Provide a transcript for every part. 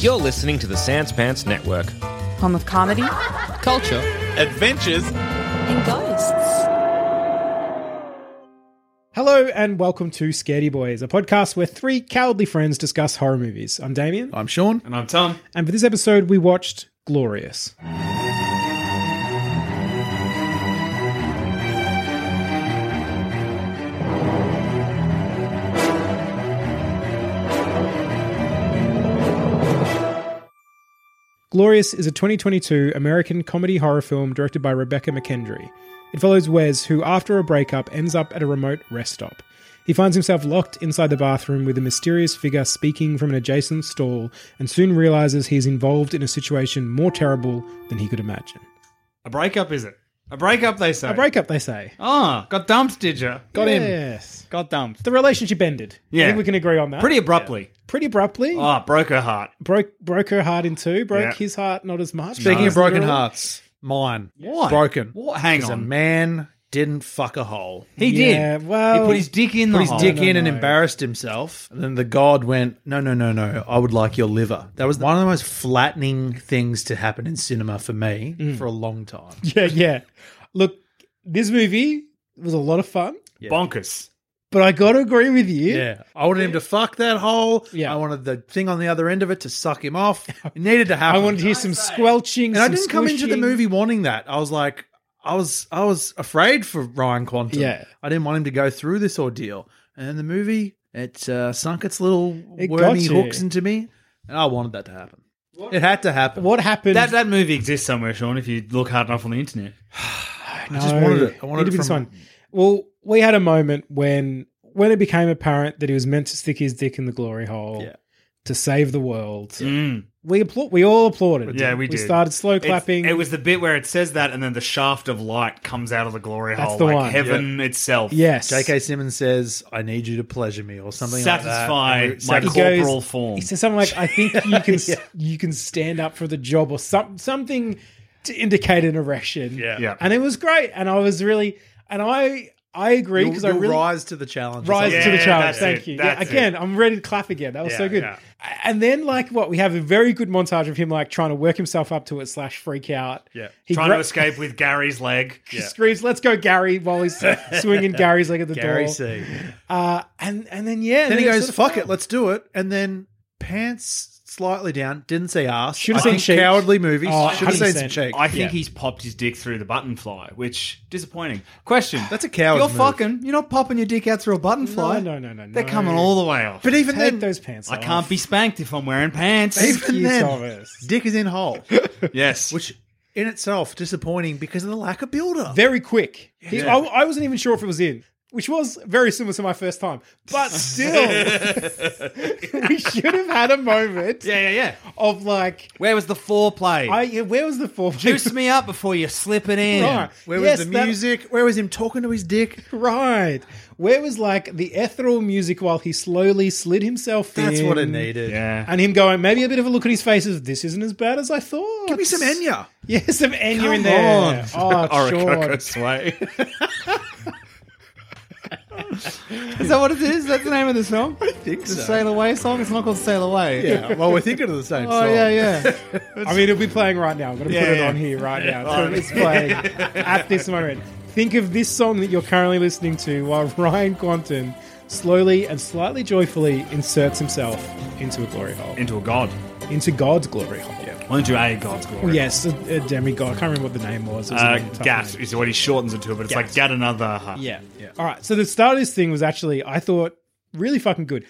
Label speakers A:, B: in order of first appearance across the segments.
A: You're listening to the Sans Pants Network.
B: Home of comedy.
A: Culture.
C: Adventures.
D: And ghosts.
E: Hello and welcome to Scaredy Boys, a podcast where three cowardly friends discuss horror movies. I'm Damien,
C: I'm Sean.
F: And I'm Tom.
E: and for this episode we watched Glorious. Glorious is a 2022 American comedy horror film directed by Rebecca McKendry. It follows Wes, who, after a breakup, ends up at a remote rest stop. He finds himself locked inside the bathroom with a mysterious figure speaking from an adjacent stall and soon realizes he is involved in a situation more terrible than he could imagine.
F: A breakup, is it? A breakup, they say.
E: A breakup, they say.
F: Ah, got dumped, did you?
E: Got
F: him.
E: Yes.
F: Got dumped.
E: The relationship ended. I
F: Yeah.
E: think we can agree on that.
F: Pretty abruptly.
E: pretty abruptly.
F: Ah, broke her heart.
E: Broke broke her heart in two. Broke
F: Yeah.
E: his heart not as much.
C: Speaking
E: No.
C: of broken hearts, mine.
F: Why?
C: Broken.
F: What? Hang
C: 'Cause A
F: on.
C: man didn't fuck a hole.
F: He
E: Yeah,
F: did.
E: well-
F: he put his dick in the
C: Put his
F: hole.
C: dick
E: no,
C: in and
E: no.
C: embarrassed himself. And then the god went, No, no, no, no. I would like your liver. That was one of the most flattening things to happen in cinema for me for a long time.
E: Yeah, yeah. Look, this movie was a lot of fun,
F: Bonkers.
E: but I got to agree with you.
C: Yeah. I wanted him to fuck that hole.
E: Yeah.
C: I wanted the thing on the other end of it to suck him off. It needed to happen.
E: I wanted to hear some squelching.
C: And I
E: some
C: didn't come into the
E: squishing.
C: movie wanting that. I was like, I was I was afraid for Ryan Quantum.
E: Yeah.
C: I didn't want him to go through this ordeal. And the movie, it uh, sunk its little
E: It got
C: wormy
E: you.
C: hooks into me, and I wanted that to happen. it had to happen.
E: What happened?
F: That that movie exists somewhere, Sean, if you look hard enough on the internet.
E: I
C: just wanted it. I wanted
E: It'd
C: it
E: have been
C: from-
E: fun. Well, we had a moment when when it became apparent that he was meant to stick his dick in the glory hole
C: Yeah.
E: to save the world.
F: Mm.
E: We applaud. We all applauded.
F: Yeah, we
E: We
F: did.
E: started slow
F: It's-
E: clapping.
F: It was the bit where it says that, and then the shaft of light comes out of the glory
E: That's
F: hole,
E: the
F: like
E: one.
F: heaven itself.
E: yes.
C: J.K. Simmons says, "I need you to pleasure me" or something
F: Satisfy
C: like that.
F: my
C: Satis-
E: He goes-
F: corporal form.
E: He says something like, "I think you can s you can stand up for the job or some, something to indicate an erection."
C: Yeah.
F: Yeah.
E: and it was great, and I was really, and I I agree
C: You'll,
E: because I
C: you'll
E: really
C: rise to the challenge. or
E: rise
C: something.
E: to the
F: Yeah,
E: challenge.
F: that's
E: Thank
F: it,
E: you. Yeah,
F: that's
E: again, I'm ready to clap again. That was
F: Yeah,
E: so good.
F: yeah.
E: And then, like, what we have a very good montage of him like trying to work himself up to it slash freak out.
C: Yeah.
E: he
F: Trying
E: gra-
F: to escape with Gary's leg.
E: He screams, "Let's go, Gary!" While he's swinging Gary's leg at the
C: Gary
E: door.
C: C.
E: Uh, and and then yeah,
C: Then he
E: it's
C: goes,
E: sort of
C: "Fuck
E: fun.
C: it, let's do it." And then pants slightly down. Didn't say ass.
E: Should've
C: I
E: seen
C: think
E: cheek.
C: Cowardly movies.
E: Oh,
C: Should have seen some
E: 100%.
C: cheek.
F: I think
E: Yeah.
F: he's popped his dick through the button fly, which disappointing. Question:
C: That's a coward's
F: You're
C: move.
F: fucking. You're not popping your dick out through a button fly.
E: no, no, no,
F: They're
E: no.
F: coming all the way off.
C: But even
E: Take
C: then,
E: those pants.
F: I
E: off.
F: can't be spanked if I'm wearing pants.
C: even
E: you,
C: then,
E: Thomas.
C: dick is in hole,
F: yes.
C: which in itself disappointing because of the lack of build up.
E: very quick. He-
C: Yeah.
E: I, I wasn't even sure if it was in, which was very similar to my first time. But still, we should have had a moment
F: yeah, yeah, yeah.
E: of like,
F: Where was the foreplay?
E: I yeah, where was the four?
F: Juice me up before you slip it in.
E: Right.
C: Where
E: Yes,
C: was the
E: that-
C: music? Where was him talking to his dick?
E: Right. Where was like the ethereal music while he slowly slid himself
C: That's
E: in?
C: what it needed.
F: Yeah.
E: And him going, maybe a bit of a look at his face of this isn't as bad as I thought.
C: Give me some Enya.
E: Yeah, some Enya in there. Oh, sure.
F: sway. is that what it is? That's the name of the song? I think the
C: so.
F: Sail Away song? It's not called Sail Away.
C: Yeah. Well, we're thinking of the same
F: Oh,
C: song.
F: yeah, yeah.
E: I mean, it'll be playing right now. I'm going to put
F: Yeah,
E: it
F: yeah.
E: on here right now. So it's playing at this moment. Think of this song that you're currently listening to while Ryan Quanton slowly and slightly joyfully inserts himself into a glory hole,
F: Into a god.
E: into God's glory hole.
F: Well, into a god's glory.
E: Yes, a, a demigod. I can't remember what the name was. It was
F: Uh,
E: a tough
F: gat
E: name.
F: is what he shortens it to, but it's
E: Gat.
F: like gat another. Huh?
E: Yeah. All right. So the start of this thing was actually, I thought, really fucking good.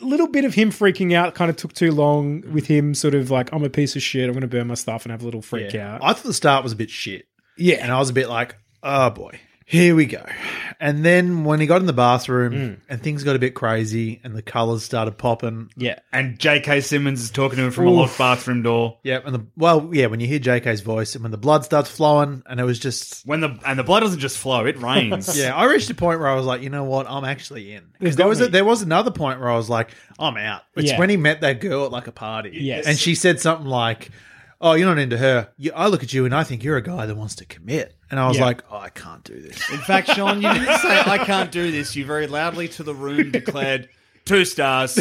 E: A little bit of him freaking out kind of took too long with him, sort of like, I'm a piece of shit. I'm going to burn my stuff and have a little freak
C: Yeah.
E: out.
C: I thought the start was a bit shit.
E: yeah.
C: And I was a bit like, oh boy, here we go. And then when he got in the bathroom and things got a bit crazy and the colors started popping.
E: Hmm. yeah.
F: And J.K. Simmons is talking to him from a
E: Oof.
F: locked bathroom door.
C: Yeah. And the, well, yeah, when you hear JK's voice and when the blood starts flowing and it was just.
F: When the and the blood doesn't just flow, it rains.
C: Yeah, I reached a point where I was like, you know what, I'm actually in.
E: They've
C: 'Cause There
E: got
C: was
E: me.
C: a, there was another point where I was like, I'm out. It's
E: Yeah.
C: when he met that girl at like a party,
E: Yes.
C: and she said something like, "Oh, you're not into her. You, I look at you and I think you're a guy that wants to commit." And I was
E: Yeah.
C: like, "Oh, I can't do this."
F: In fact, Sean, you didn't say I can't do this. You very loudly to the room declared, two stars.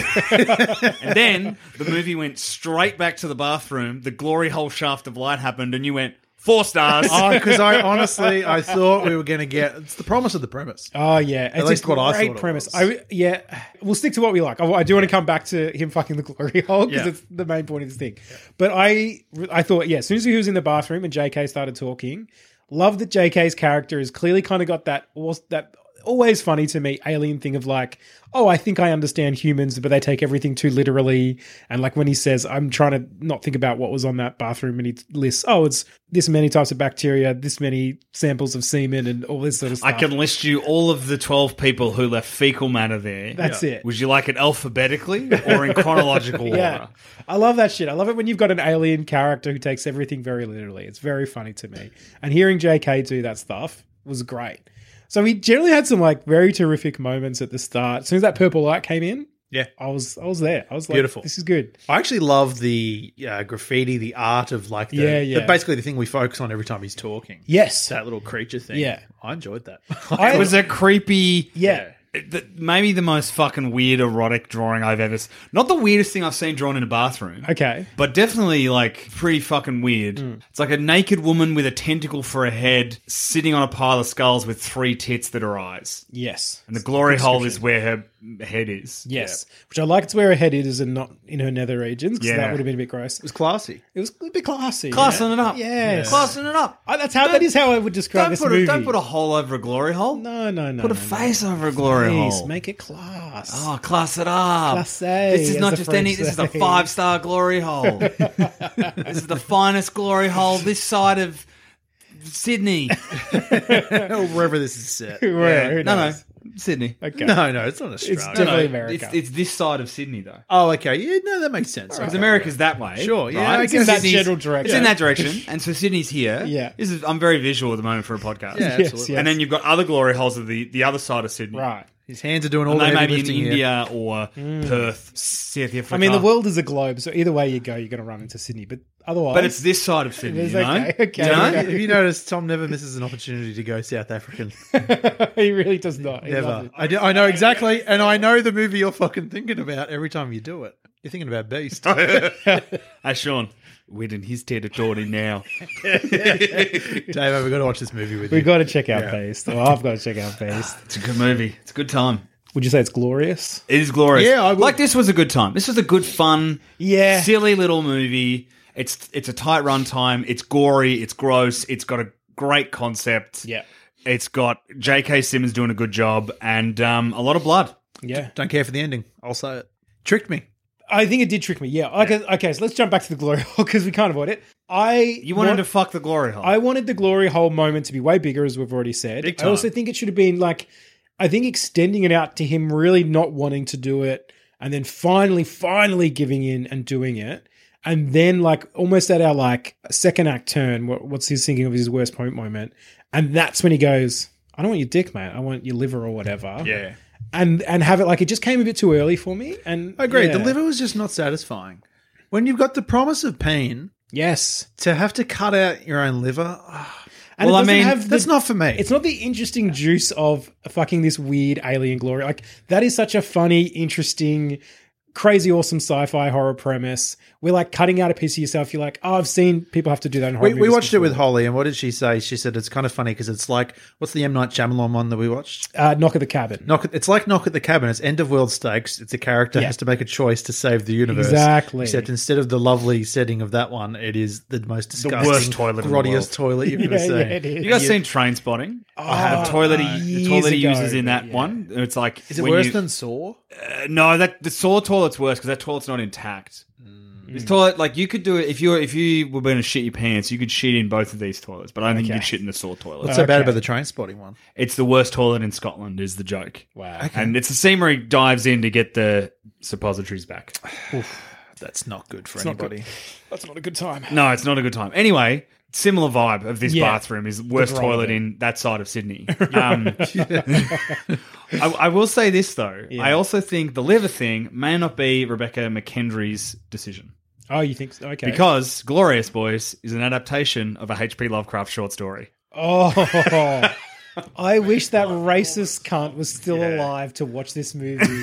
F: and then the movie went straight back to the bathroom. The glory hole shaft of light happened, and you went four stars.
C: because Oh, I honestly I thought we were going to get it's the promise of the premise.
E: Oh yeah, it's
C: least
E: a
C: what I
E: great
C: thought it
E: premise.
C: was.
E: I yeah, we'll stick to what we like. I, I do want to come back to him fucking the glory hole because
F: Yeah.
E: it's the main point of this thing. But I I thought yeah, as soon as he was in the bathroom and J.K. started talking, love that J.K.'s character has clearly kind of got that als- that always funny to me alien thing of like oh i think i understand humans but they take everything too literally and like when he says i'm trying to not think about what was on that bathroom and he lists oh it's this many types of bacteria this many samples of semen and all this sort of
F: I
E: stuff
F: can list you all of the 12 people who left fecal matter there.
E: That's Yeah. it.
F: Would you like it alphabetically or in chronological order?
E: Yeah. I love that shit. I love it when you've got an alien character who takes everything very literally. It's very funny to me. And hearing JK do that stuff was great. So we generally had some like very terrific moments at the start. As soon as that purple light came in,
C: Yeah.
E: I was I was there. I was like
C: Beautiful.
E: this is good.
C: I actually love the uh, graffiti, the art of like the,
E: Yeah, yeah.
C: the- basically the thing we focus on every time he's talking.
E: Yes.
C: That little creature thing.
E: Yeah.
C: I enjoyed that.
E: I
F: It was a creepy.
E: Yeah.
F: th- Maybe the most fucking weird erotic drawing I've ever. s- Not the weirdest thing I've seen drawn in a bathroom.
E: Okay. Hmm.
F: But definitely, like, pretty fucking weird. It's like a naked woman with a tentacle for a head sitting on a pile of skulls with three tits that are eyes.
E: Yes.
F: And the glory hole is where her head is.
E: Yes. Which I liked where her head is and not in her nether regions because
F: Yeah.
E: that would have been a bit gross. It was,
C: was classy.
E: it was a bit classy.
F: Classing it up.
E: Yes.
F: Classing it up.
E: I, that's how that is how I would describe
F: Don't
E: this
F: put,
E: movie.
F: a, don't put a hole over a glory hole.
E: no, no, no.
F: Put a
E: no, no.
F: face over a glory
E: Please
F: hole.
E: make it class.
F: oh, class it up.
E: Classé,
F: this is
E: as
F: not
E: the
F: just any,
E: French
F: this is a
E: say.
F: five star glory hole. this is the finest glory hole this side of Sydney.
C: Or wherever this is set.
E: Where? Who
F: No, no,
E: knows?
F: Sydney.
E: Okay.
C: No, no, it's not Australia.
E: It's definitely
F: It's,
E: America.
F: it's this side of Sydney, though.
C: oh, okay. Yeah, no, that makes sense.
F: Because
C: Okay.
F: America's that way.
C: Sure, yeah, I
E: It's in
C: guess
E: that
C: Sydney's-
E: general direction.
F: It's in that direction, and so Sydney's here.
E: Yeah.
F: this is I'm very visual at the moment for a podcast.
C: Yeah,
E: Yes,
C: absolutely.
E: yes.
F: and then you've got other glory holes of the, the other side of Sydney,
E: Right.
C: His hands are doing all
F: And
C: the
F: they may
C: heavy
F: be in
C: lifting here.
F: India or Perth, South Africa.
E: Hmm. I mean, the world is a globe, so either way you go, you're going to run into Sydney. But otherwise,
F: but it's this side of Sydney.
E: is
F: You know?
E: okay, okay,
F: You know?
E: okay.
C: Have you noticed Tom never misses an opportunity to go South African?
E: he really does not. He loves
C: Never.
E: it.
C: I, do- I know exactly, and I know the movie you're fucking thinking about every time you do it. You're thinking about Beast.
F: Hey, Sean, we're in his territory now.
C: Dave, we've got to watch this movie with
E: We
C: you.
E: got to check out Beast. Well, I've got to check out Beast.
F: It's a good movie. It's a good time.
E: Would you say it's glorious?
F: It is glorious.
C: Yeah, I would-
F: like this was a good time. This was a good, fun,
E: Yeah.
F: silly little movie. It's it's a tight run time. It's gory. It's gross. It's got a great concept.
E: Yeah.
F: It's got J.K. Simmons doing a good job and um, a lot of blood.
E: Yeah.
C: Don't care for the ending. I'll say it. Tricked me.
E: I think it did trick me. Yeah. Okay. Okay. So let's jump back to the glory hole because we can't avoid it. I
F: You wanted
E: want-
F: to fuck the glory hole.
E: I wanted the glory hole moment to be way bigger, as we've already said.
F: Big
E: I also
F: time.
E: think it should have been like, I think extending it out to him really not wanting to do it, and then finally, finally giving in and doing it, and then like almost at our like second act turn, what, what's his thinking of his worst point moment, and that's when he goes, "I don't want your dick, mate. I want your liver or whatever."
F: yeah.
E: and and have it like it just came a bit too early for me. And
C: I agree. The
E: yeah.
C: liver was just not satisfying. When you've got the promise of pain,
E: yes,
C: to have to cut out your own liver, ah,
E: and
F: Well, I
E: it doesn't
F: mean,
E: have the-
C: that's not for me.
E: It's not the interesting juice of fucking this weird alien glory. Like that is such a funny, interesting, crazy, awesome sci-fi horror premise. We're like cutting out a piece of yourself. You're like, oh, I've seen people have to do that. In horror
C: we, we
E: movies
C: watched it with
E: before.
C: Holly, and what did she say? She said it's kind of funny because it's like what's the M Night Shyamalan one that we watched?
E: uh, Knock at the Cabin.
C: Knock. At, it's like Knock at the Cabin. It's end of world stakes. It's a character
E: Yeah.
C: has to make a choice to save the universe.
E: Exactly.
C: Except instead of the lovely setting of that one, it is the most disgusting,
F: worst toilet in the
C: grottiest toilet you've ever
E: yeah,
C: seen.
E: yeah, it is.
F: You guys seen Train Spotting? I have toilet the
E: years
F: toilet he
E: ago,
F: uses in that
E: yeah.
F: one. It's like
C: Is it
F: when
C: worse
F: you-
C: than Saw?
F: Uh, no, that the saw toilet's worse because that toilet's not intact. This toilet, like you could do it if you were if you were going to shit your pants, you could shit in both of these toilets. But I don't think you could shit in the saw toilet.
C: What's so bad about the train spotting one?
F: It's the worst toilet in Scotland, is the joke.
E: Wow.
F: And it's the scene where he dives in to get the suppositories back.
C: That's not good for
E: not
C: anybody.
E: That's not a good time.
F: No, it's not a good time. Anyway, similar vibe of this
E: Yeah.
F: bathroom is worst
E: The grime
F: toilet
E: of it.
F: in that side of Sydney. Um, I, I will say this though. I also think the liver thing may not be Rebecca McKendry's decision.
E: Oh, you think so? okay?
F: Because Glorious Boys is an adaptation of a H.P. Lovecraft short story.
E: oh, I wish that racist cunt was still alive to watch this movie.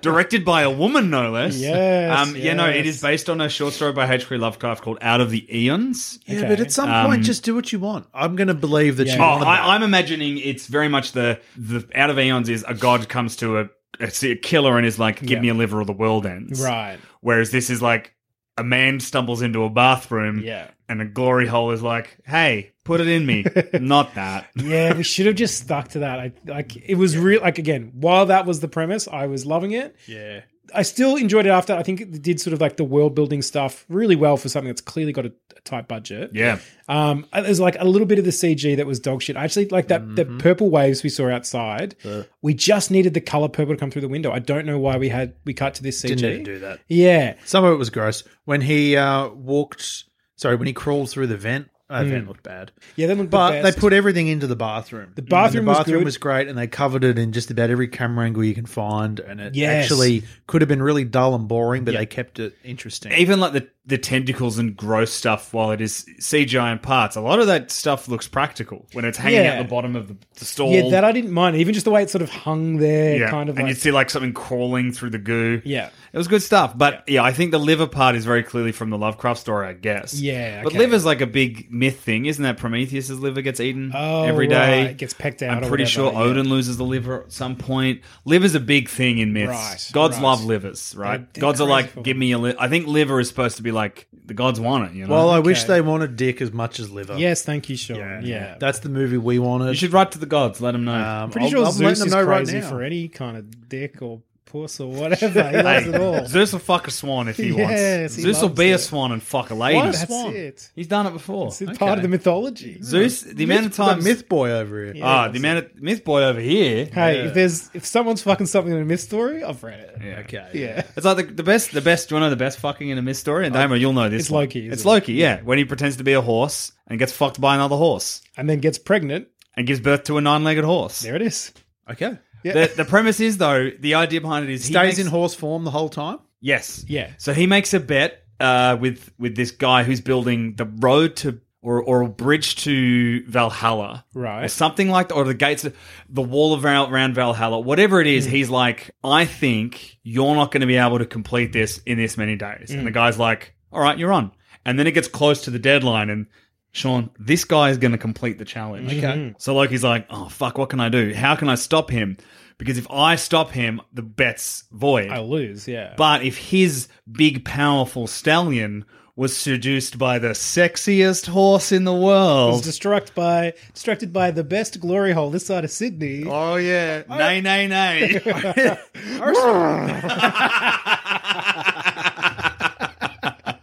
F: Directed by a woman, no less.
E: Yes,
F: Um, Yeah, no, it
E: yes.
F: is based on a short story by H.P. Lovecraft called Out of the Eons.
C: Yeah,
E: Okay. Um,
C: but at some point, just do what you want. I'm going to believe that
E: Yeah.
C: you
F: Oh,
C: want.
F: I, I'm imagining it's very much the the out of eons is a god comes to a it's a killer and is like, give
E: Yeah.
F: me a liver or the world ends.
E: right.
F: Whereas this is like a man stumbles into a bathroom,
E: Yeah.
F: and a glory hole is like, hey, put it in me. Not that.
E: Yeah, we should have just stuck to that. I like it was real like again, while that was the premise, I was loving it.
C: yeah.
E: I still enjoyed it after. I think it did sort of like the world building stuff really well for something that's clearly got a, a tight budget.
F: Yeah.
E: Um, there's like a little bit of the CG that was dog shit. I actually like that
F: Mm-hmm.
E: the purple waves we saw outside.
F: Uh.
E: We just needed the color purple to come through the window. I don't know why we had we cut to this CG.
C: Didn't even do that.
E: yeah,
C: Some of it was gross. When he uh, walked, sorry, when he crawled through the vent, uh, vent looked bad.
E: Mm. yeah. That looked the
C: But
E: best.
C: they put everything into the bathroom. The
E: bathroom
C: the
E: was
C: bathroom
E: good.
C: was great, and they covered it in just about every camera angle you can find. And it
E: Yes.
C: actually could have been really dull and boring, but they kept it interesting.
F: Even like the, the tentacles and gross stuff, while it is CGI in parts, a lot of that stuff looks practical when it's hanging
E: Yeah.
F: out the bottom of the, the stall.
E: yeah that I didn't mind. Even just the way it sort of hung there,
F: Yeah.
E: kind of
F: and
E: like
F: you'd see like something crawling through the goo.
E: yeah.
F: It was good stuff, but yeah. I think the liver part is very clearly from the Lovecraft story, I guess.
E: Yeah,
F: but
E: okay.
F: liver's like a big myth thing, isn't that? Prometheus's liver gets eaten
E: Oh,
F: every day,
E: right. It gets pecked out
F: I'm
E: or
F: pretty
E: whatever,
F: sure
E: yeah.
F: Odin loses the liver at some point. Liver's a big thing in myths.
E: Right,
F: gods
E: right.
F: love livers, right?
E: they're
F: Gods are
E: crazy
F: like,
E: for
F: give
E: them.
F: me a. Li-. I think liver is supposed to be like the gods want it. You know,
C: well, I wish
E: Okay.
C: they wanted dick as much as liver.
E: Yes, thank you, Sean. Yeah,
C: That's the movie we wanted.
F: you should write to the gods, let them know.
C: Um,
E: pretty
C: I'll-
E: sure
C: I'm letting
E: Zeus
C: them
E: is
C: know right
E: crazy
C: now.
E: for any kind of dick or puss or whatever. He loves it
F: hey,
E: all.
F: Zeus will fuck a swan if he
E: Yes,
F: wants.
E: he
F: Zeus will
E: loves
F: be a
E: it.
F: swan and fuck a lady.
C: What?
E: That's
C: Swan.
E: it.
F: He's done it before.
E: It's part of the mythology.
F: Zeus, the amount of
C: We've got
F: times
C: Myth Boy over here.
E: Yeah.
F: Ah, the amount of myth boy over here.
E: Hey, if there's if someone's fucking something in a myth story, I've read it.
F: Yeah.
C: Okay.
E: Yeah.
F: It's like the, the best, the best. Do you want to know the best fucking in a myth story? And Damo, you'll know this.
E: It's
F: one.
E: Loki, isn't
F: It's
E: it?
F: Loki. Yeah, when he pretends to be a horse and gets fucked by another horse
E: And then gets pregnant.
F: and gives birth to a nine-legged horse.
E: There it is.
C: Okay.
F: The, the premise is though, the idea behind it is he
C: Stays
F: makes-
C: in horse form the whole time.
F: Yes.
E: Yeah.
F: So he makes a bet uh, with with this guy who's building the road to or or a bridge to Valhalla,
E: Right.
F: Or something like that, or the gates, of- the wall of Val- around Valhalla, whatever it
E: Hmm.
F: is. He's like, I think you're not going to be able to complete this in this many days.
E: Hmm.
F: And the guy's like, All right, you're on. And then it gets close to the deadline, and Sean, this guy is going to complete the challenge.
C: Okay.
F: So Loki's like, oh fuck, what can I do? How can I stop him? Because if I stop him, the bet's void.
E: I lose, yeah.
F: But if his big, powerful stallion was seduced by the sexiest horse in the
E: was
F: world.
E: distracted by distracted by the best glory hole this side of Sydney.
F: Oh, yeah. Nay, nay, nay.
C: I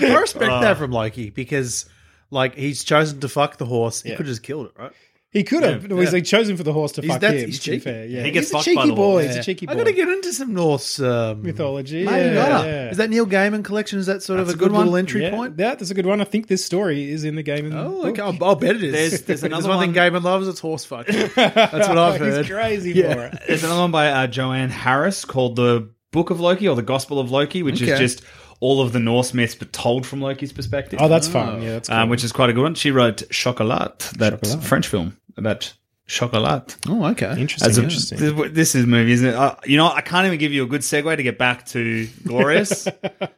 C: respect
F: Uh.
C: that from Loki because, like, he's chosen to fuck the horse. He
E: Yeah.
C: could have just killed it, right?
E: He could have. but He's like chosen for the horse to
C: He's-
E: fuck
C: that's-
E: him.
C: he's
E: to be
C: cheeky.
E: fair, Yeah.
F: He gets
E: he's a
F: fucked
E: cheeky
F: by the
E: boy.
F: horse.
E: He's a cheeky boy.
C: I got to get into some Norse um,
E: mythology.
C: Maybe
E: yeah,
C: gotta.
E: yeah.
C: Is that Neil Gaiman collection? Is that sort
F: That's
C: of
F: a
C: a
F: good
C: good,
F: one.
C: little entry
E: Yeah,
C: point?
E: that- that's a good one. I think this story is in the game. In the
C: Oh,
E: book.
C: okay. I'll, I'll bet it is.
F: There's- there's another
C: one, thing Gaiman loves. It's horse fucking. That's what I've
E: he's
C: heard.
E: crazy for it.
F: There's another one by uh, Joanne Harris called The Book of Loki or The Gospel of Loki, which is
C: Okay.
F: just all of the Norse myths but told from Loki's perspective.
E: Oh, that's fun. Yeah, that's cool.
F: um, which is quite a good one. She wrote Chocolat, that French film about chocolat.
C: Oh, okay.
E: interesting.
F: As a-
E: interesting.
F: This, this is movie, isn't it? Uh, you know, I can't even give you a good segue to get back to Glorious.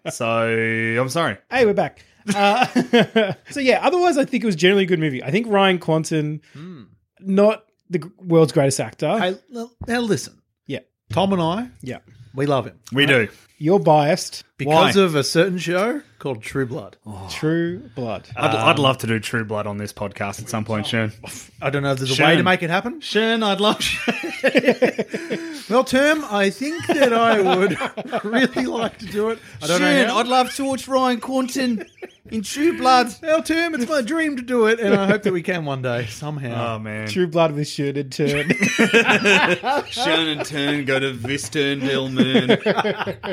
F: so I'm sorry.
E: Hey, we're back. Uh, so yeah, otherwise I think it was generally a good movie. I think Ryan Quanten, not the g- world's greatest actor.
C: Hey, l- now listen.
E: yeah,
C: Tom and I,
E: yeah.
C: we love him
F: We do.
E: You're biased.
C: because
F: Why?
C: of a certain show called True Blood.
E: True Blood.
F: I'd, I'd love to do True Blood on this podcast at some point, Shern.
C: I don't know if there's a
F: Shame.
C: way to make it happen.
F: Shern, I'd love.
C: Well, term, I think that I would really like to do it. I don't know. how.
F: love to watch Ryan Quanten in True Blood.
C: Well, term, it's my dream to do it, and I hope that we can one day somehow.
F: Oh man,
E: True Blood with shirted turn.
F: Shern and Turn go to Visterndil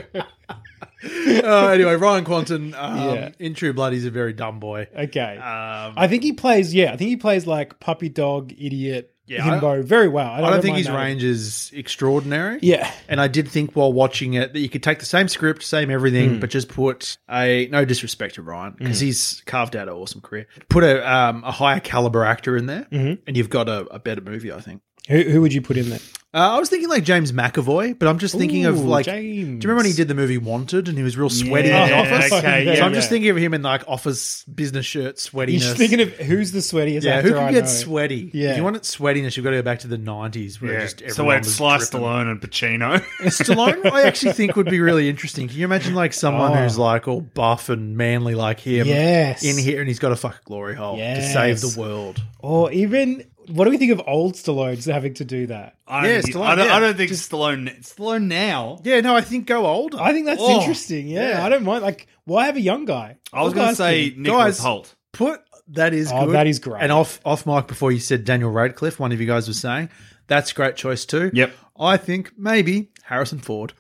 F: Moon.
C: Uh, anyway, Ryan Quanten um,
E: Yeah.
C: in True Blood, he's a very dumb boy.
E: okay. I think he plays. Yeah, I think he plays like puppy dog idiot
F: Yeah, I-
E: Himbo very well. I don't,
C: I don't think
E: mind
C: his
E: that.
C: range is extraordinary.
E: Yeah.
C: And I did think while watching it that you could take the same script, same everything, but just put a no disrespect to Ryan because he's carved out an awesome career. Put a um, a higher caliber actor in there, and you've got a, a better movie. I think.
E: Who, who would you put in there?
C: Uh, I was thinking like James McAvoy, but I'm just thinking of
E: Ooh,
C: like. Do you
E: James.
C: remember when he did the movie Wanted and he was real sweaty in
F: Yeah,
C: the office?
F: okay,
C: so
F: yeah,
C: I'm just
E: yeah.
C: thinking of him in like office business shirt
E: You're
C: sweatiness.
E: just thinking of who's the sweatiest
C: yeah,
E: actor
C: who can
E: I
C: get
E: know.
C: sweaty?
E: Yeah.
C: If you want it sweatiness, you've got to go back to the 90s where just everyone
F: so we had
C: was
F: Sly
C: dripping.
F: Stallone and Pacino.
C: Stallone, I actually think would be really interesting. Can you imagine like someone
E: Oh.
C: who's like all buff and manly like him,
E: Yes.
C: in here, and he's got a fucking glory hole
E: Yes.
C: to save the world?
E: Or even, what do we think of old Stallones having to do that?
F: I,
C: Yeah,
F: don't think-
C: Stallone,
F: I, don't,
C: yeah.
F: I don't think Stallone Stallone now.
C: Yeah, no, I think go older.
E: I think that's
F: Oh,
E: interesting. Yeah,
C: yeah.
E: I don't mind. Like, why have a young guy?
F: I was
E: Old
F: going to
E: guys
F: say
E: can-
F: Nicholas
C: Guys.
F: Holt.
C: put that is
E: Oh,
C: good.
E: that is great.
C: And off off mic before you said Daniel Radcliffe, one of you guys was saying that's a great choice too.
F: Yep.
C: I think maybe Harrison Ford.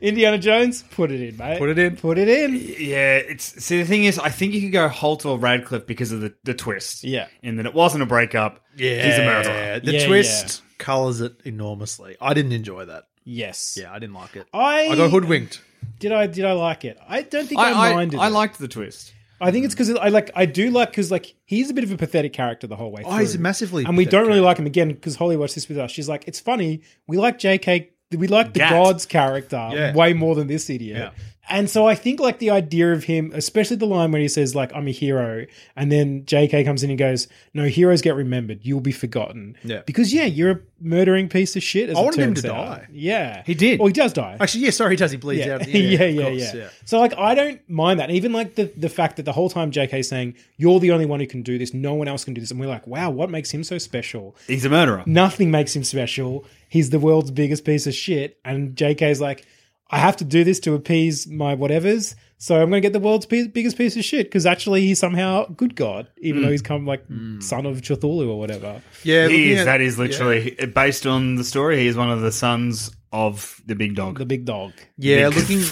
E: Indiana Jones, put it in, mate.
C: Put it in.
E: Put it in.
F: Yeah, it's see the thing is, I think you could go Holt or Radcliffe because of the, the twist.
E: Yeah.
F: in that it wasn't a breakup. he's a murderer.
C: The
E: Yeah,
C: twist colors it enormously. I didn't enjoy that.
E: Yes.
C: Yeah, I didn't like it.
E: I,
C: I got hoodwinked.
E: did. I did. I like it. I don't think I,
F: I, I,
E: minded.
F: I
E: it.
F: liked the twist.
E: I think it's because I like. I do like because like he's a bit of a pathetic character the whole way.
C: Oh, he's
E: through.
C: massively
E: and we
C: pathetic
E: don't really like him again because Holly watched this with us. She's like, it's funny. We like J.K. We like the
F: Gat.
E: God's character
C: Yeah.
E: way more than this idiot.
C: Yeah.
E: And so I think like the idea of him, especially the line where he says like I'm a hero, and then J.K. comes in and goes, "No heroes get remembered. You'll be forgotten."
C: Yeah.
E: Because yeah, you're a murdering piece of shit. As
C: I
E: it
C: wanted him
E: turns
C: to
E: out.
C: die.
E: Yeah,
C: He did.
E: Well, he does die.
C: Actually, yeah, sorry, he does. He bleeds
E: Yeah.
C: out.
E: Yeah, yeah, yeah,
C: of course,
E: So like I don't mind that. And even like the the fact that the whole time JK's saying, You're the only one who can do this, no one else can do this. And we're like, wow, what makes him so special?
F: He's a murderer.
E: Nothing makes him special. He's the world's biggest piece of shit. And JK's like, I have to do this to appease my whatevers. So I'm going to get the world's pi- biggest piece of shit because actually he's somehow a good god, even though he's come like son of Cthulhu or whatever.
C: Yeah,
F: He
C: looking
F: is.
C: at-
F: That is literally based on the story. He is one of the sons of the big dog.
E: The big dog.
C: Yeah,
F: Big-
C: looking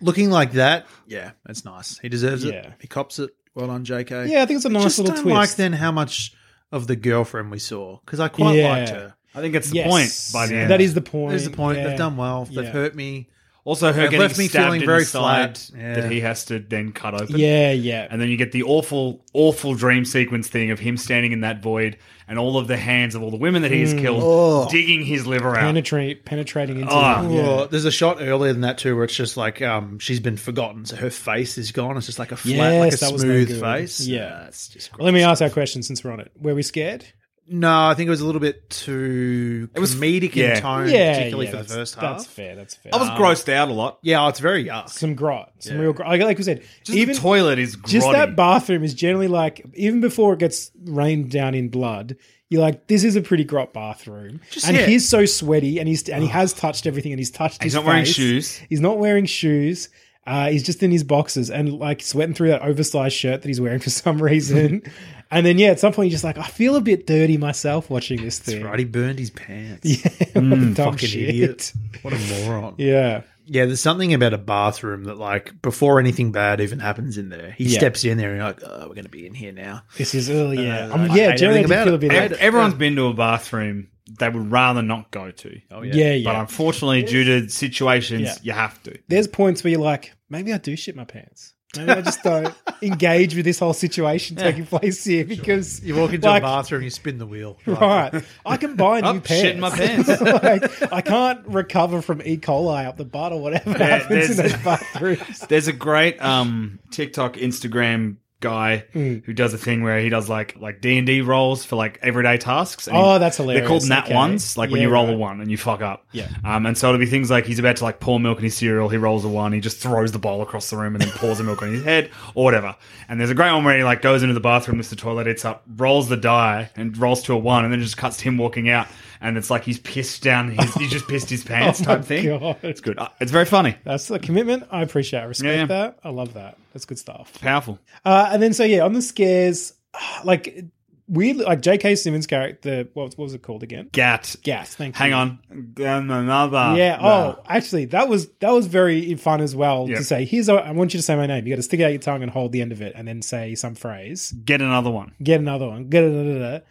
C: looking like that. Yeah, that's nice. He deserves
E: Yeah.
C: it. He cops it. Well done, JK.
E: Yeah, I think it's a nice
C: Just
E: little
C: don't
E: twist.
C: like then how much of the girlfriend we saw because I quite
E: Yeah.
C: liked her.
F: I think that's the
E: Yes.
F: point. By the
E: Yeah.
F: end,
E: That is the point.
C: There's the point.
E: Yeah.
C: They've done well. They've
E: Yeah.
C: hurt me.
F: also her
C: It
F: getting
C: left me
F: stabbed
C: feeling
F: in
C: very
F: the side
C: flat. Yeah.
F: that he has to then cut open.
E: Yeah, yeah.
F: And then you get the awful, awful dream sequence thing of him standing in that void and all of the hands of all the women that he has killed digging his liver out.
E: penetrate penetrating into
F: Ah.
E: him, yeah.
C: Oh, there's a shot earlier than that too, where it's just like um, she's been forgotten, so her face is gone. It's just like a flat, like a
E: Yes, that was no
C: smooth
E: good.
C: face.
E: Yeah.
C: Uh, it's just
E: Well, let me ask our question since we're on it. Were we scared?
C: No, I think it was a little bit too it
F: was-
C: was, comedic
F: yeah.
C: in tone, particularly for the
E: that's-
C: first half.
E: That's fair. That's fair.
F: I was grossed out a lot.
C: Yeah, oh, it's very dark.
E: some grot, some real grot. Like, like we said,
F: Just
E: even
F: the toilet is grotty.
E: just that bathroom is generally like even before it gets rained down in blood. You're like, this is a pretty grot bathroom, and
C: yeah.
E: he's so sweaty, and he's and he has touched everything, and he's touched.
F: He's
E: his
F: not wearing
E: face.
F: shoes.
E: He's not wearing shoes. Uh, he's just in his boxes and like sweating through that oversized shirt that he's wearing for some reason. and then yeah, at some point you're just like, I feel a bit dirty myself watching this thing.
C: Right, he burned his pants.
E: Dumb
C: Fucking
E: shit.
C: idiot. What a moron.
E: Yeah.
C: Yeah, there's something about a bathroom that, like, before anything bad even happens in there, he
E: Yeah.
C: steps in there and you're like, oh, we're going to be in here now.
E: This is early, yeah.
C: Uh,
E: Um,
C: I
E: yeah,
C: hate
E: generally I
C: everything
E: did feel a
C: about
E: bit
C: it.
E: like,
C: Ev-
F: Everyone's been to a bathroom they would rather not go to. Oh,
E: yeah, yeah.
F: But unfortunately, due to situations,
E: Yeah.
F: you have to.
E: There's points where you're like, maybe I do shit my pants. Maybe I just don't engage with this whole situation taking place here because
C: You walk into
E: Like-
C: a bathroom, you spin the wheel.
E: Right. I can buy new
F: Oh,
E: pants.
F: shit in my pants.
E: like, I can't recover from E. coli up the butt or whatever happens in
F: there's-
E: those bathrooms.
F: There's a great um, TikTok, Instagram guy
E: Hmm.
F: who does a thing where he does like like D and D rolls for like everyday tasks. and
E: Oh,
F: he-
E: that's
F: They're called
E: hilarious.
F: nat
E: Okay.
F: ones, like when
E: Yeah,
F: you roll
E: right.
F: a one and you fuck up.
E: Yeah.
F: Um, and so it'll be things like he's about to like pour milk in his cereal, he rolls a one, he just throws the bowl across the room and then pours the milk on his head or whatever. And there's a great one where he like goes into the bathroom, lifts the toilet, it's up, rolls the die and rolls to a one, and then just cuts to him walking out. And it's like he's pissed down, his, he just pissed his pants type thing.
E: Oh God.
F: It's good. Uh, It's very funny.
E: That's the commitment. I appreciate. I respect
F: Yeah, yeah.
E: that. I love that. That's good stuff.
F: Powerful.
E: Uh, and then so yeah, on the scares, like weirdly, like J.K. Simmons' character. What, what was it called again?
F: Gat.
E: Gas. Thank you.
F: Hang on. Then another.
E: Yeah. Oh, actually, that was that was very fun as well
F: Yeah.
E: to say. Here's a, I want you to say my name. You got to stick out your tongue and hold the end of it, and then say some phrase.
F: Get another one.
E: Get another one. Get another.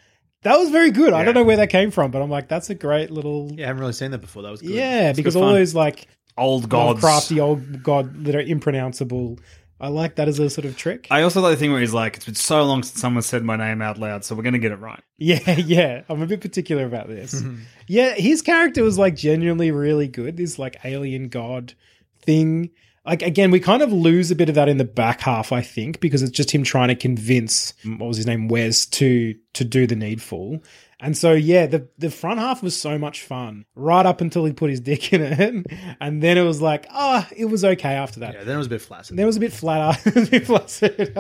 E: That was very good. I don't know where that came from, but I'm like, that's a great little.
C: Yeah, I haven't really seen that before. That was good.
E: Yeah, because
F: good
E: all
F: fun.
E: those like
F: Old gods.
E: crafty old god that are impronounceable. I like that as a sort of trick.
F: I also like the thing where he's like, it's been so long since someone said my name out loud, so we're going to get it right.
E: yeah, yeah. I'm a bit particular about this. yeah, his character was like genuinely really good. This like alien god thing. Like again, we kind of lose a bit of that in the back half, I think, because it's just him trying to convince mm, what was his name, Wes, to to do the needful. And so yeah, the the front half was so much fun. Right up until he put his dick in it. And then it was like, ah, it was okay after that.
C: Yeah, then it was a bit flaccid.
E: That was a bit flatter. a bit flaccid.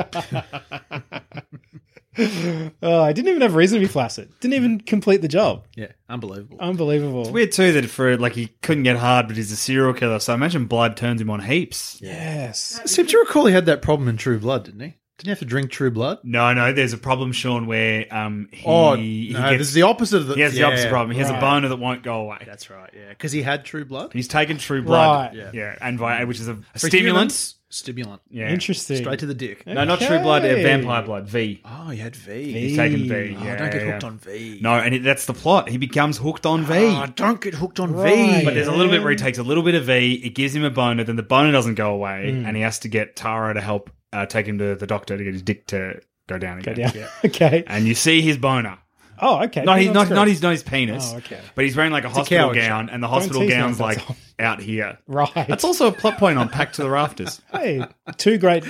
E: oh, I didn't even have reason to be flaccid. Didn't even complete the job.
C: yeah, unbelievable.
E: Unbelievable.
F: Weird too that for like he couldn't get hard, but he's a serial killer. So I imagine blood turns him on heaps.
E: Yes.
C: Seem to recall he had that problem in True Blood, didn't he? Didn't he have to drink True Blood?
F: No, no, there's a problem, Sean, where um he,
C: Oh,
F: he
C: no,
F: gets
C: this is the opposite of the.
F: he has the
C: Yeah,
F: opposite problem. He has
E: right.
F: a boner that won't go away.
C: That's right. Yeah, because he had True Blood.
F: He's taken True Blood,
E: Right.
F: yeah.
C: Yeah.
F: and vi- which is a, a
C: For
F: stimulant.
C: humans, Stimulant.
F: Yeah,
E: Interesting.
C: Straight to the dick.
F: no, not True Blood, uh,
E: Okay.
F: Vampire Blood, V.
C: Oh, he had V.
E: V.
F: He's taken V.
E: Oh,
F: Yeah,
C: Oh, don't get
F: yeah,
C: hooked
F: yeah.
C: on V.
F: No, and it, that's the plot. He becomes hooked on V.
C: Oh, don't get hooked on
E: Right.
C: V.
F: But there's a little bit where he takes a little bit of V, it gives him a boner, then the boner doesn't go away,
E: Hmm.
F: and he has to get Tara to help uh, take him to the doctor to get his dick to go down again.
E: Yeah. Okay.
F: And you see his boner.
E: Oh, okay.
F: Not his,
E: Well,
F: not,
E: that's
F: not
E: great.
F: his, not his penis.
E: Oh, okay.
F: But he's wearing like a hospital
C: coward
F: gown, and the hospital
E: tease me
F: gown's
E: if
F: like
E: that's all.
F: out here.
E: Right.
F: That's also a plot point on Pack to the Rafters.
E: Hey, two great,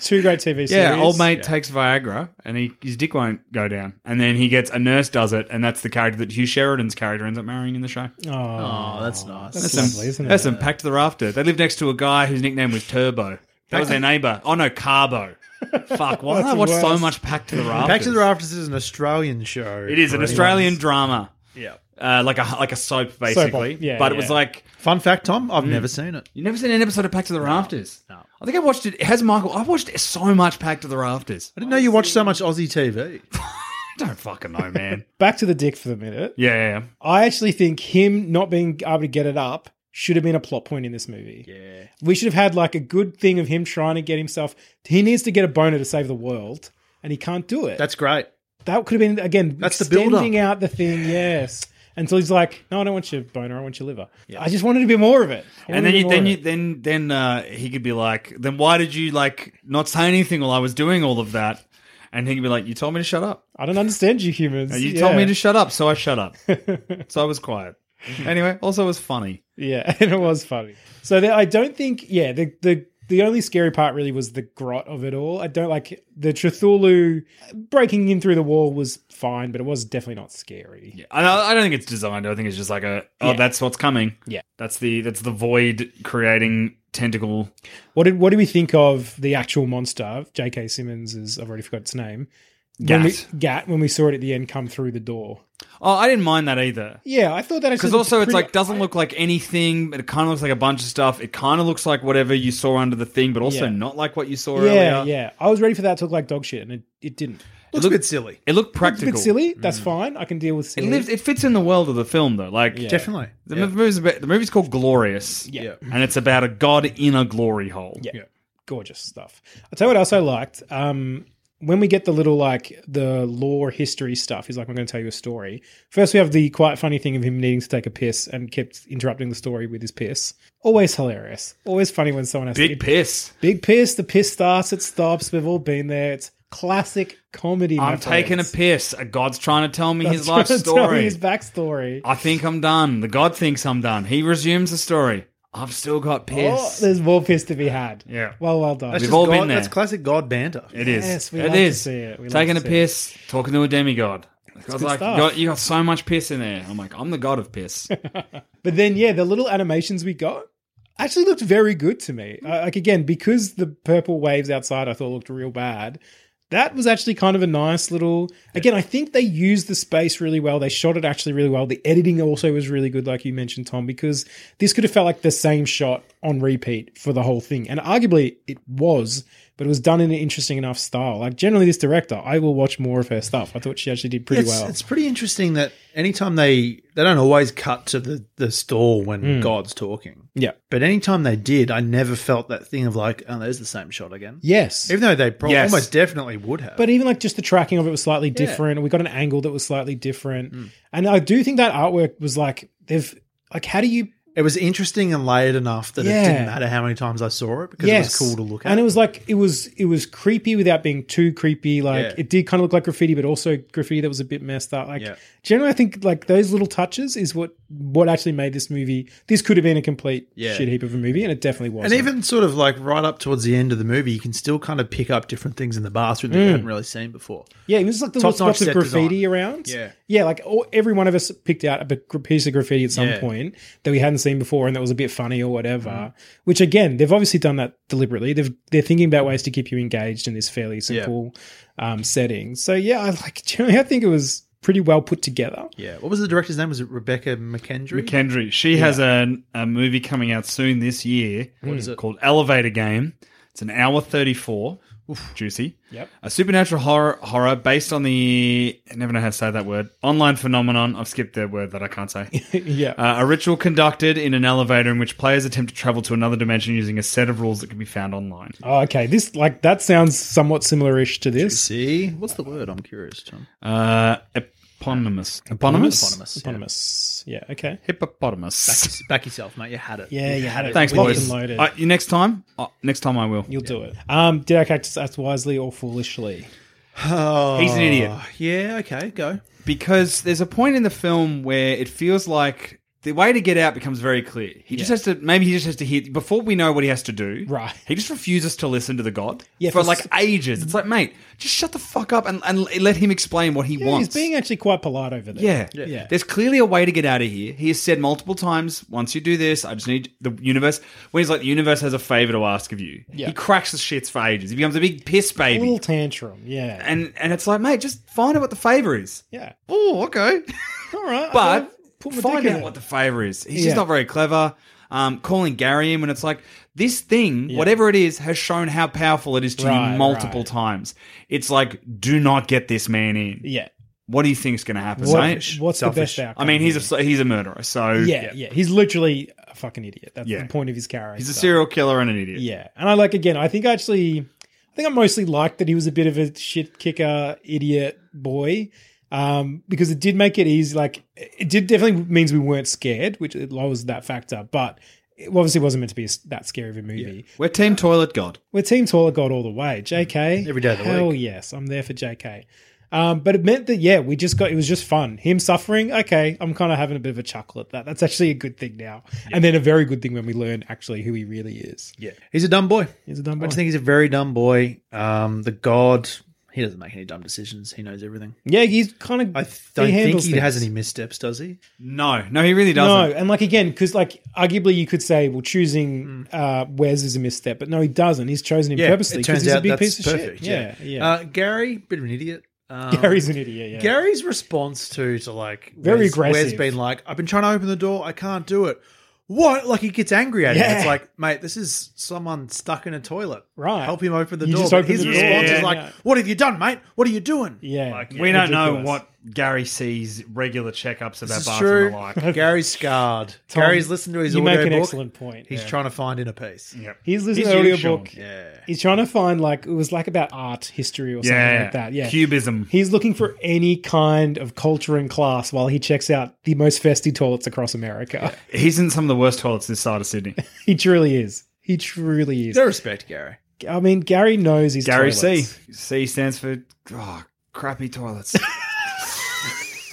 E: two great TV series.
F: Yeah, old mate takes Viagra and he, his dick won't go down. And then he gets a nurse does it, and that's the character that Hugh Sheridan's character ends up marrying in the show.
E: Oh,
C: Oh, that's nice.
E: that's
F: That's
E: lovely, isn't it?
F: That's some Pack to the Rafter. They lived next to a guy whose nickname was Turbo. That was their neighbour. Oh no, Carbo. Fuck, why did I
E: That's
F: watch so
E: worse.
F: much Pack to the Rafters?
C: Back to the Rafters is an Australian show.
F: It is an Australian drama.
C: Yeah.
F: Uh, like a like a soap basically,
E: opera. Yeah,
F: but it was
E: yeah.
F: like
C: Fun fact, Tom.
F: Mm.
C: I've never seen it.
F: you never seen an episode of Pack to the Rafters. No, I think I watched it. it Has Michael? I watched so much Pack to the Rafters.
C: I didn't know you watched so much Aussie TV.
F: I don't fucking know, man.
E: Back to the dick for the minute.
F: yeah, yeah, yeah.
E: I actually think him not being able to get it up should have been a plot point in this movie. Yeah. We should have had like a good thing of him trying to get himself. He needs to get a boner to save the world, and he can't do it.
C: That's great.
E: that could have been again
C: That's the build-up.
E: extending out the thing. Yes. Until he's like, no, I don't want your boner. I want your liver. I just wanted to be more of it. I wanted
F: And then
E: to be
F: you, then
E: more
F: you,
E: of it.
F: then then uh, he could be like, then why did you like not say anything while I was doing all of that? And he could be like, you told me to shut up.
E: I don't understand you humans.
F: You
E: Yeah.
F: told me to shut up, so I shut up. so I was quiet. Anyway, also it was funny.
E: Yeah, and it was funny. So there, I don't think. Yeah, the the the only scary part really was the grot of it all. I don't like the Cthulhu breaking in through the wall was fine, but it was definitely not scary.
F: I, I don't think it's designed. I think it's just like a oh,
E: Yeah.
F: that's what's coming.
E: Yeah.
F: that's the that's the void creating tentacle.
E: What did what do we think of the actual monster? J.K. Simmons is I've already forgot its name. When
F: Gat.
E: we, Gat. When we saw it at the end come through the door.
F: Oh, I didn't mind that either.
E: Yeah, I thought that actually
F: Because
E: looked
F: also, it's
E: pretty-
F: like doesn't look like anything. But it kind of looks like a bunch of stuff. It kind of looks like whatever you saw under the thing, but also
E: Yeah.
F: not like what you saw
E: Yeah,
F: earlier.
E: yeah. I was ready for that to look like dog shit, and it, it didn't.
C: Looks a bit silly.
F: It looked
E: It's a
F: practical.
E: bit silly. That's fine. I can deal with
F: Mm. It
E: silly.
F: lives. It fits in the world of the film, though. Like
E: Yeah.
C: Definitely.
F: the movie's about, the movie's called Glorious,
E: Yeah.
C: Yeah.
F: and it's about a god in a glory hole.
E: Yeah. Gorgeous stuff. I'll tell you what else I liked. Um, when we get the little like the lore history stuff, he's like, I'm going to tell you a story. First, we have the quite funny thing of him needing to take a piss and kept interrupting the story with his piss. Always hilarious. Always funny when someone has to
F: Big piss.
E: big piss. The piss starts, it stops. We've all been there. It's classic comedy. my
F: I'm taking a
E: friends.
F: piss. A god's trying to tell me his
E: Trying
F: life
E: to tell me
F: story.
E: His backstory.
F: I think I'm done. The god thinks I'm done. He resumes the story. I've still got
E: Oh,
F: piss.
E: there's more piss to be had.
F: Yeah.
E: Well, well done.
C: That's
F: We've
C: just
F: all
C: God-
F: been there.
C: That's classic God banter.
F: it is.
E: Yes, we
F: It
E: like to
F: is.
E: see it. We like
F: Taking
E: to
F: a
E: see
F: piss, talking to a demigod. I was
E: good
F: like,
E: stuff.
F: God, you got so much piss in there. I'm like, I'm the god of piss.
E: But then, yeah, the little animations we got actually looked very good to me. Uh, like again, because the purple waves outside I thought looked real bad. That was actually kind of a nice little. Again, I think they used the space really well. They shot it actually really well. The editing also was really good, like you mentioned, Tom, because this could have felt like the same shot on repeat for the whole thing. And arguably it was, but it was done in an interesting enough style. Like generally, this director, I will watch more of her stuff. I thought she actually did pretty
C: it's,
E: well.
C: it's pretty interesting that anytime they they don't always cut to the, the stall when
E: Hmm.
C: God's talking,
E: yeah.
C: but anytime they did, I never felt that thing of like, oh, there's the same shot again.
E: Yes.
C: Even though they probably
F: Yes.
C: almost definitely would have.
E: But even like just the tracking of it was slightly different. We got an angle that was slightly different.
C: Hmm.
E: And I do think that artwork was like they've like how do you
C: it was interesting and layered enough that it
E: Yeah.
C: didn't matter how many times I saw it because
E: yes.
C: it was cool to look at.
E: And it was like it was it was creepy without being too creepy. Like
C: Yeah.
E: it did kind of look like graffiti, but also graffiti that was a bit messed up. Like
C: Yeah.
E: generally I think like those little touches is what what actually made this movie this could have been a complete
C: Yeah.
E: shit heap of a movie, and it definitely was.
C: And even sort of like right up towards the end of the movie, you can still kind of pick up different things in the bathroom
E: Hmm.
C: that you haven't really seen before.
E: Yeah, it was like the little
C: Top-notch
E: spots of
C: set design.
E: graffiti around.
C: Yeah.
E: Yeah, like all, every one of us picked out a bit- gr- piece of graffiti at some
C: Yeah.
E: point that we hadn't seen before and that was a bit funny or whatever. Which again, they've obviously done that deliberately. They've, they're thinking about ways to keep you engaged in this fairly simple um, setting. So yeah, I like generally I think it was pretty well put together.
C: Yeah. What was the director's name? Was it Rebecca McKendry?
F: McKendry. She has an, a movie coming out soon this year. What is it? Called Elevator Game. It's an hour 34. Juicy.
E: Yep.
F: A supernatural horror horror based on the I never know how to say that word. Online phenomenon. I've skipped the word that I can't say.
E: yeah.
F: Uh, a ritual conducted in an elevator in which players attempt to travel to another dimension using a set of rules that can be found online.
E: oh, okay. This like that sounds somewhat similar-ish to this.
C: See? What's the word? I'm curious, Tom.
F: Uh, eponymous. Eponymous?
C: Eponymous.
E: Anonymous. Yeah. Okay.
F: Hippopotamus.
C: Back yourself, mate. You had it.
E: Yeah, you had it.
F: Thanks,
E: Locked
F: boys.
E: and loaded.
F: Uh, you next time? Uh, next time I will.
E: You'll do it. Um, did I act act wisely or foolishly?
C: Oh,
F: He's an idiot.
C: Yeah, okay, go.
F: because there's a point in the film where it feels like the way to get out becomes very clear. He just has to maybe he just has to hear before we know what he has to do.
E: Right.
F: He just refuses to listen to the god
E: Yeah,
F: for
E: for
F: like
E: s-
F: ages. It's like, mate, just shut the fuck up and, and let him explain what he
E: Yeah,
F: wants.
E: he's being actually quite polite over there.
F: yeah.
E: Yeah.
F: There's clearly a way to get out of here. He has said multiple times, once you do this, I just need the universe. When he's like, the universe has a favor to ask of you.
E: Yeah.
F: He cracks the shits for ages. He becomes a big piss
E: A
F: baby.
E: little tantrum. Yeah.
F: And and it's like, mate, just find out what the favor is.
E: yeah.
F: Oh, okay.
E: All right. I
F: But
E: put my
F: find
E: dick in
F: out
E: it.
F: what the favor is. He's
E: Yeah.
F: just not very clever. Um, calling Gary in when it's like this thing, whatever it is, has shown how powerful it is to
E: Right,
F: you multiple
E: right.
F: times. It's like, do not get this man in.
E: yeah.
F: What do you think is going to happen?
E: What-
F: mate?
E: what's the
C: Selfish.
E: best outcome?
F: I mean, he's a he's a murderer, so
E: yeah, yeah, He's literally a fucking idiot. That's
F: Yeah.
E: the point of his character.
F: he's a serial killer and an idiot.
E: Yeah, and I like again. I think I actually, I think I mostly liked that he was a bit of a shit kicker, idiot boy, um, because it did make it easy. Like it did definitely means we weren't scared, which it lowers that factor, but. It obviously wasn't meant to be s- that scary of a movie.
F: We're Team Toilet God.
E: We're Team Toilet God all the way. JK.
C: Mm. Every day of the
E: Hell
C: week.
E: yes. I'm there for JK. Um, but it meant that, yeah, we just got, it was just fun. Him suffering, okay, I'm kind of having a bit of a chuckle at that. That's actually a good thing now. And then a very good thing when we learn actually who he really is.
C: Yeah. He's a dumb boy.
E: He's a dumb
C: I
E: boy.
C: just think he's a very dumb boy. Um, the god, he doesn't make any dumb decisions. He knows everything.
E: yeah, he's kind of.
C: I don't think he has any missteps, does he?
F: No, no, he really doesn't.
E: No, and like again, because like arguably you could say, well, choosing uh, Wes is a misstep, but no, he doesn't. He's chosen him purposely
C: Mm. it
E: because
C: turns
E: he's a
C: out
E: big
C: that's
E: piece of
C: perfect.
E: shit. Yeah, yeah.
C: Uh, Gary, bit of an idiot. Um,
E: Gary's an idiot. Yeah,
C: Gary's response to to like
E: Very
C: Wes-
E: aggressive.
C: Wes being like, "I've been trying to open the door, I can't do it." What? Like he gets angry at him.
E: Yeah.
C: It's like, mate, this is someone stuck in a toilet.
E: Right.
C: help him open the
E: You
C: door.
E: just
C: But
E: open
C: his
E: the door.
C: response
F: Yeah.
C: is like,
E: Yeah.
C: "What have you done, mate? What are you doing?"
E: yeah.
C: Like,
F: we don't know
E: Ridiculous.
F: what Gary sees regular checkups of
C: This
F: our
C: is
F: bathroom
C: true.
F: are like.
C: Gary's scarred.
E: Tom,
C: Gary's listened to his
E: you
C: audio
E: make an
C: book.
E: excellent point.
C: He's
E: yeah.
C: trying to find inner peace.
F: Yep.
E: He's listening
F: He's
E: to
F: you,
E: an
F: Sean.
E: audiobook.
C: Yeah.
E: He's trying to find like it was like about art history or something
F: Yeah.
E: like that. Yeah.
F: Cubism.
E: He's looking for any kind of culture and class while he checks out the most festive toilets across America.
F: He's in some of the worst toilets this side of Sydney.
E: He truly is. He truly is.
C: No respect, Gary.
E: I mean, Gary knows his
F: Gary
E: toilets.
F: C. C stands for oh, crappy toilets.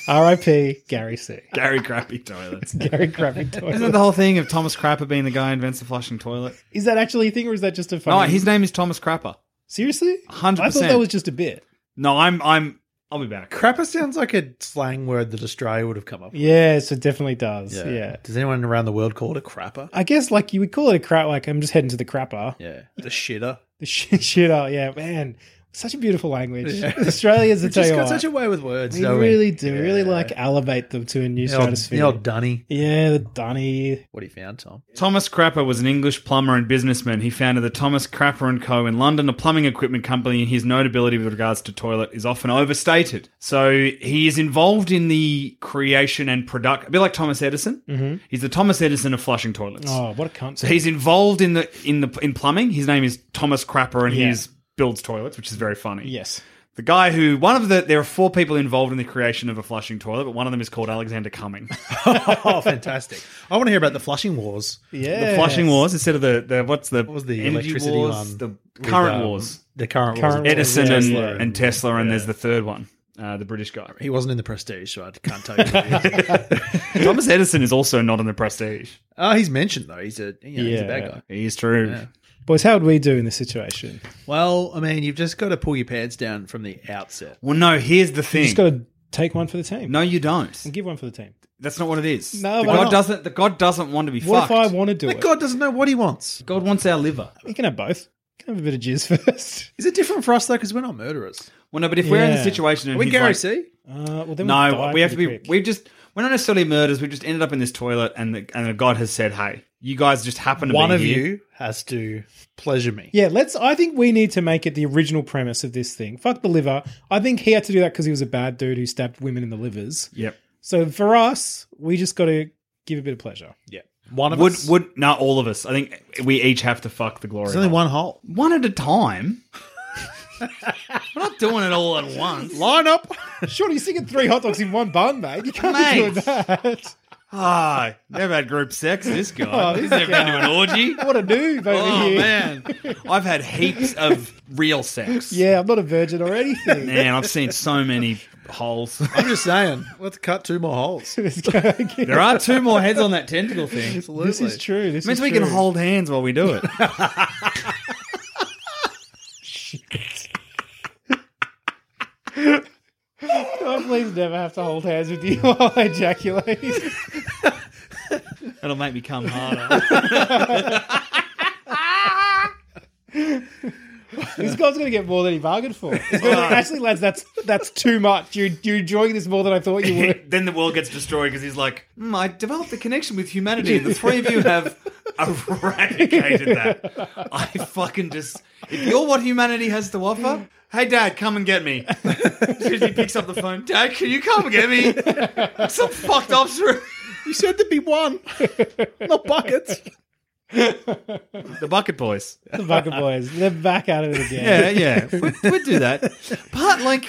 E: R.I.P. Gary C.
F: Gary crappy toilets.
E: Gary Crappy
F: Isn't that
E: toilet.
F: the whole thing of Thomas Crapper being the guy who invents the flushing toilet?
E: Is that actually a thing, or is that just a
F: No,
E: funny?
F: his name is Thomas Crapper.
E: seriously.
F: 100%.
E: I thought that was just a bit.
F: No, I'm I'm I'll be back.
C: Crapper sounds like a slang word that Australia would have come up with.
E: Yes, it definitely does. Yeah.
C: Does anyone around the world call it a crapper?
E: I guess like you would call it a crap. Like I'm just heading to the crapper.
C: Yeah. The shitter.
E: The shit, shit out. Yeah, man. Such a beautiful language. Australia's a
C: It's just
E: tell you
C: got
E: what.
C: such a way with words.
E: we
C: don't we?
E: really do. We really like elevate them to a new
C: The old,
E: stratosphere.
C: the old Dunny.
E: yeah, the Dunny.
C: What he found, Tom?
F: Thomas Crapper was an English plumber and businessman. He founded the Thomas Crapper and Co. in London, a plumbing equipment company, and his notability with regards to toilet is often overstated. So he is involved in the creation and product, a bit like Thomas Edison. Mm-hmm. He's the Thomas Edison of flushing toilets.
E: Oh, what a cunt.
F: So he's involved in the in the in plumbing. His name is Thomas Crapper, and
E: Yeah.
F: he is builds toilets, which is very funny.
E: yes.
F: The guy who one of the there are four people involved in the creation of a flushing toilet, but one of them is called Alexander Cumming.
C: Oh, fantastic! I want to hear about the flushing wars.
E: Yeah.
F: the flushing wars instead of the, the what's the what
C: was the electricity one?
F: the
C: With,
F: current
C: um,
F: wars
C: The current,
E: Current
C: wars.
E: wars.
F: Edison
E: yeah,
F: and
E: Tesla
F: Tesla, and, Tesla and there's the third one uh, the British guy
C: He wasn't in the Prestige, so I can't tell you.
F: Thomas Edison is also not in the Prestige
C: oh, he's mentioned though. He's a you know, he's a
E: Yeah.
C: bad guy.
F: he is true
E: Boys, how would we do in this situation?
C: Well, I mean, you've just got to pull your pants down from the outset.
F: well no here's the thing
E: You just got to take one for the team.
F: no you don't
E: And give one for the team.
F: that's not what it is
E: No,
F: the
E: why
F: God
E: not?
F: doesn't the God doesn't want to be
E: What
F: fucked
E: if I want to do
C: But
E: it?
C: God doesn't know what he wants.
F: God wants our liver
E: You can have both. You can have a bit of jizz first.
C: Is it different for us though? Because we're not murderers.
F: well no but if we're in the
E: Yeah.
F: situation
C: Are
F: and
C: we
F: he's
C: Gary
F: like-
C: C.
E: Uh, well, then we'll
F: No,
E: die
F: we have to
E: pretty
F: be.
E: quick.
F: We've just we're not necessarily murderers. We just ended up in this toilet, and the, and the God has said, "Hey, you guys just happen to
C: One
F: be
C: of
F: here."
C: you has to pleasure me.
E: Yeah, let's. I think we need to make it the original premise of this thing. Fuck the liver. I think he had to do that because he was a bad dude who stabbed women in the livers.
F: Yep.
E: So for us, we just got to give a bit of pleasure.
C: Yeah. One of
F: Would
C: us.
F: would not all of us? I think we each have to fuck the glory.
C: There's only
F: hole.
C: one hole.
F: one at a time. we're not doing it all at once.
C: Line up.
E: Surely you're singing three hot dogs in one bun, mate. You can't
F: Mate.
E: be doing that.
F: Ah, never had group sex. This guy.
E: Oh,
F: He's
E: this
F: never been to an orgy.
E: What a noob over
F: Oh
E: here.
F: man, I've had heaps of real sex.
E: Yeah, I'm not a virgin or anything.
F: Man, I've seen so many holes.
C: I'm just saying. Let's cut two more holes.
E: This guy-
F: There are two more heads on that tentacle thing.
C: Absolutely.
E: This is true. This
F: It means
E: is
F: we
E: true.
F: can hold hands while we do it.
E: Oh, please never have to hold hands with you while I ejaculate.
F: It'll make me come harder.
E: This guy's going to get more than he bargained for. He's gonna be like, Actually, lads, that's that's too much. You're, you're enjoying this more than I thought you would.
F: then the world gets destroyed because he's like, "Hmm, I developed a connection with humanity. and The three of you have eradicated that. I fucking just. If you're what humanity has to offer, hey, Dad, come and get me. As soon as he picks up the phone, Dad, can you come and get me? Some fucked up through.
C: You said there'd be one, not buckets.
F: The Bucket Boys.
E: The Bucket Boys, they're back at it again.
F: Yeah, yeah. We'd, we'd do that. But, like,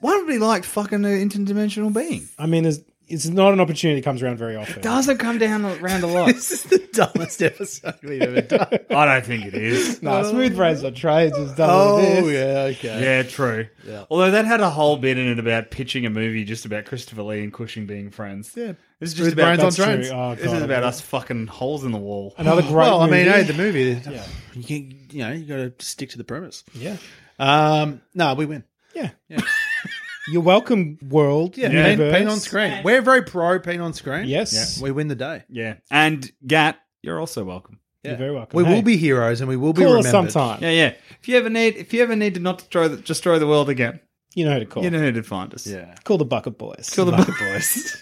F: why would we like fucking an interdimensional being?
E: I mean, there's, it's not an opportunity that comes around very often.
F: Doesn't come down around a lot.
C: This is the dumbest episode we've ever done.
F: I don't think it is.
E: Nah, Smooth Brains on Trades has done all
C: Oh
E: this.
C: yeah, okay.
F: Yeah, true. Although that had a whole bit in it about pitching a movie just about Christopher Lee and Cushing being friends.
C: Yeah.
F: This is
C: With
F: just about
C: brains on
E: That's true.
C: trains.
E: Oh,
F: This is
E: God.
F: about us fucking holes in the wall.
E: Another great
C: Well, I mean,
E: movie.
C: hey, the movie. You can, you know, you got to stick to the premise.
E: yeah.
C: Um, no, we win.
E: yeah, You're welcome, world.
C: Yeah, pain,
E: universe.
C: pain on screen. We're very pro pain on screen.
E: Yes.
C: we win the day.
F: Yeah. And Gat, you're also welcome.
C: Yeah.
E: You're very welcome.
C: We
E: Hey,
C: will be heroes, and we will be
E: call us
C: remembered.
E: sometime.
F: Yeah, yeah. If you ever need if you ever need to not destroy the, destroy the world again,
E: You know who to call.
F: you know who to find us.
C: Yeah.
E: Call the Bucket Boys.
F: Kill the Bucket Boys.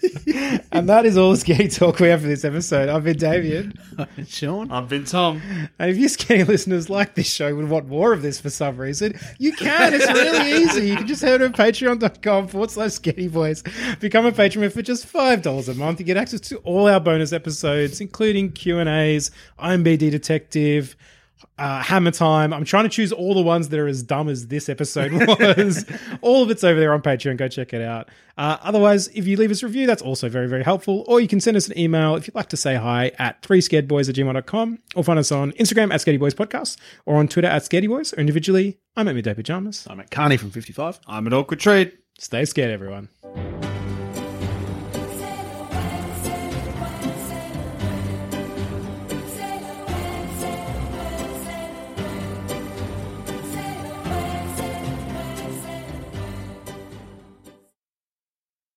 E: and that is all Skate Talk we have for this episode. I've been Damien.
C: Sean,
E: Oh,
F: I've been Tom.
E: And if you skinny listeners like this show and would want more of this for some reason, you can. It's really easy. You can just head to patreon.com forward slash skinny boys. Become a patron for just $5 a month. You get access to all our bonus episodes, including Q&As, IMBD Detective, uh, Hammer Time. I'm trying to choose all the ones that are as dumb as this episode was. all of it's over there on Patreon. Go check it out. Uh, otherwise, if you leave us a review, that's also very, very helpful. Or you can send us an email if you'd like to say hi at 3scaredboys at gmail.com or find us on Instagram at Scaredy Boys Podcast or on Twitter at Scaredy Boys or individually. I'm at Midday Pajamas.
C: I'm at Carney from 55.
F: I'm an awkward treat.
E: Stay scared, everyone.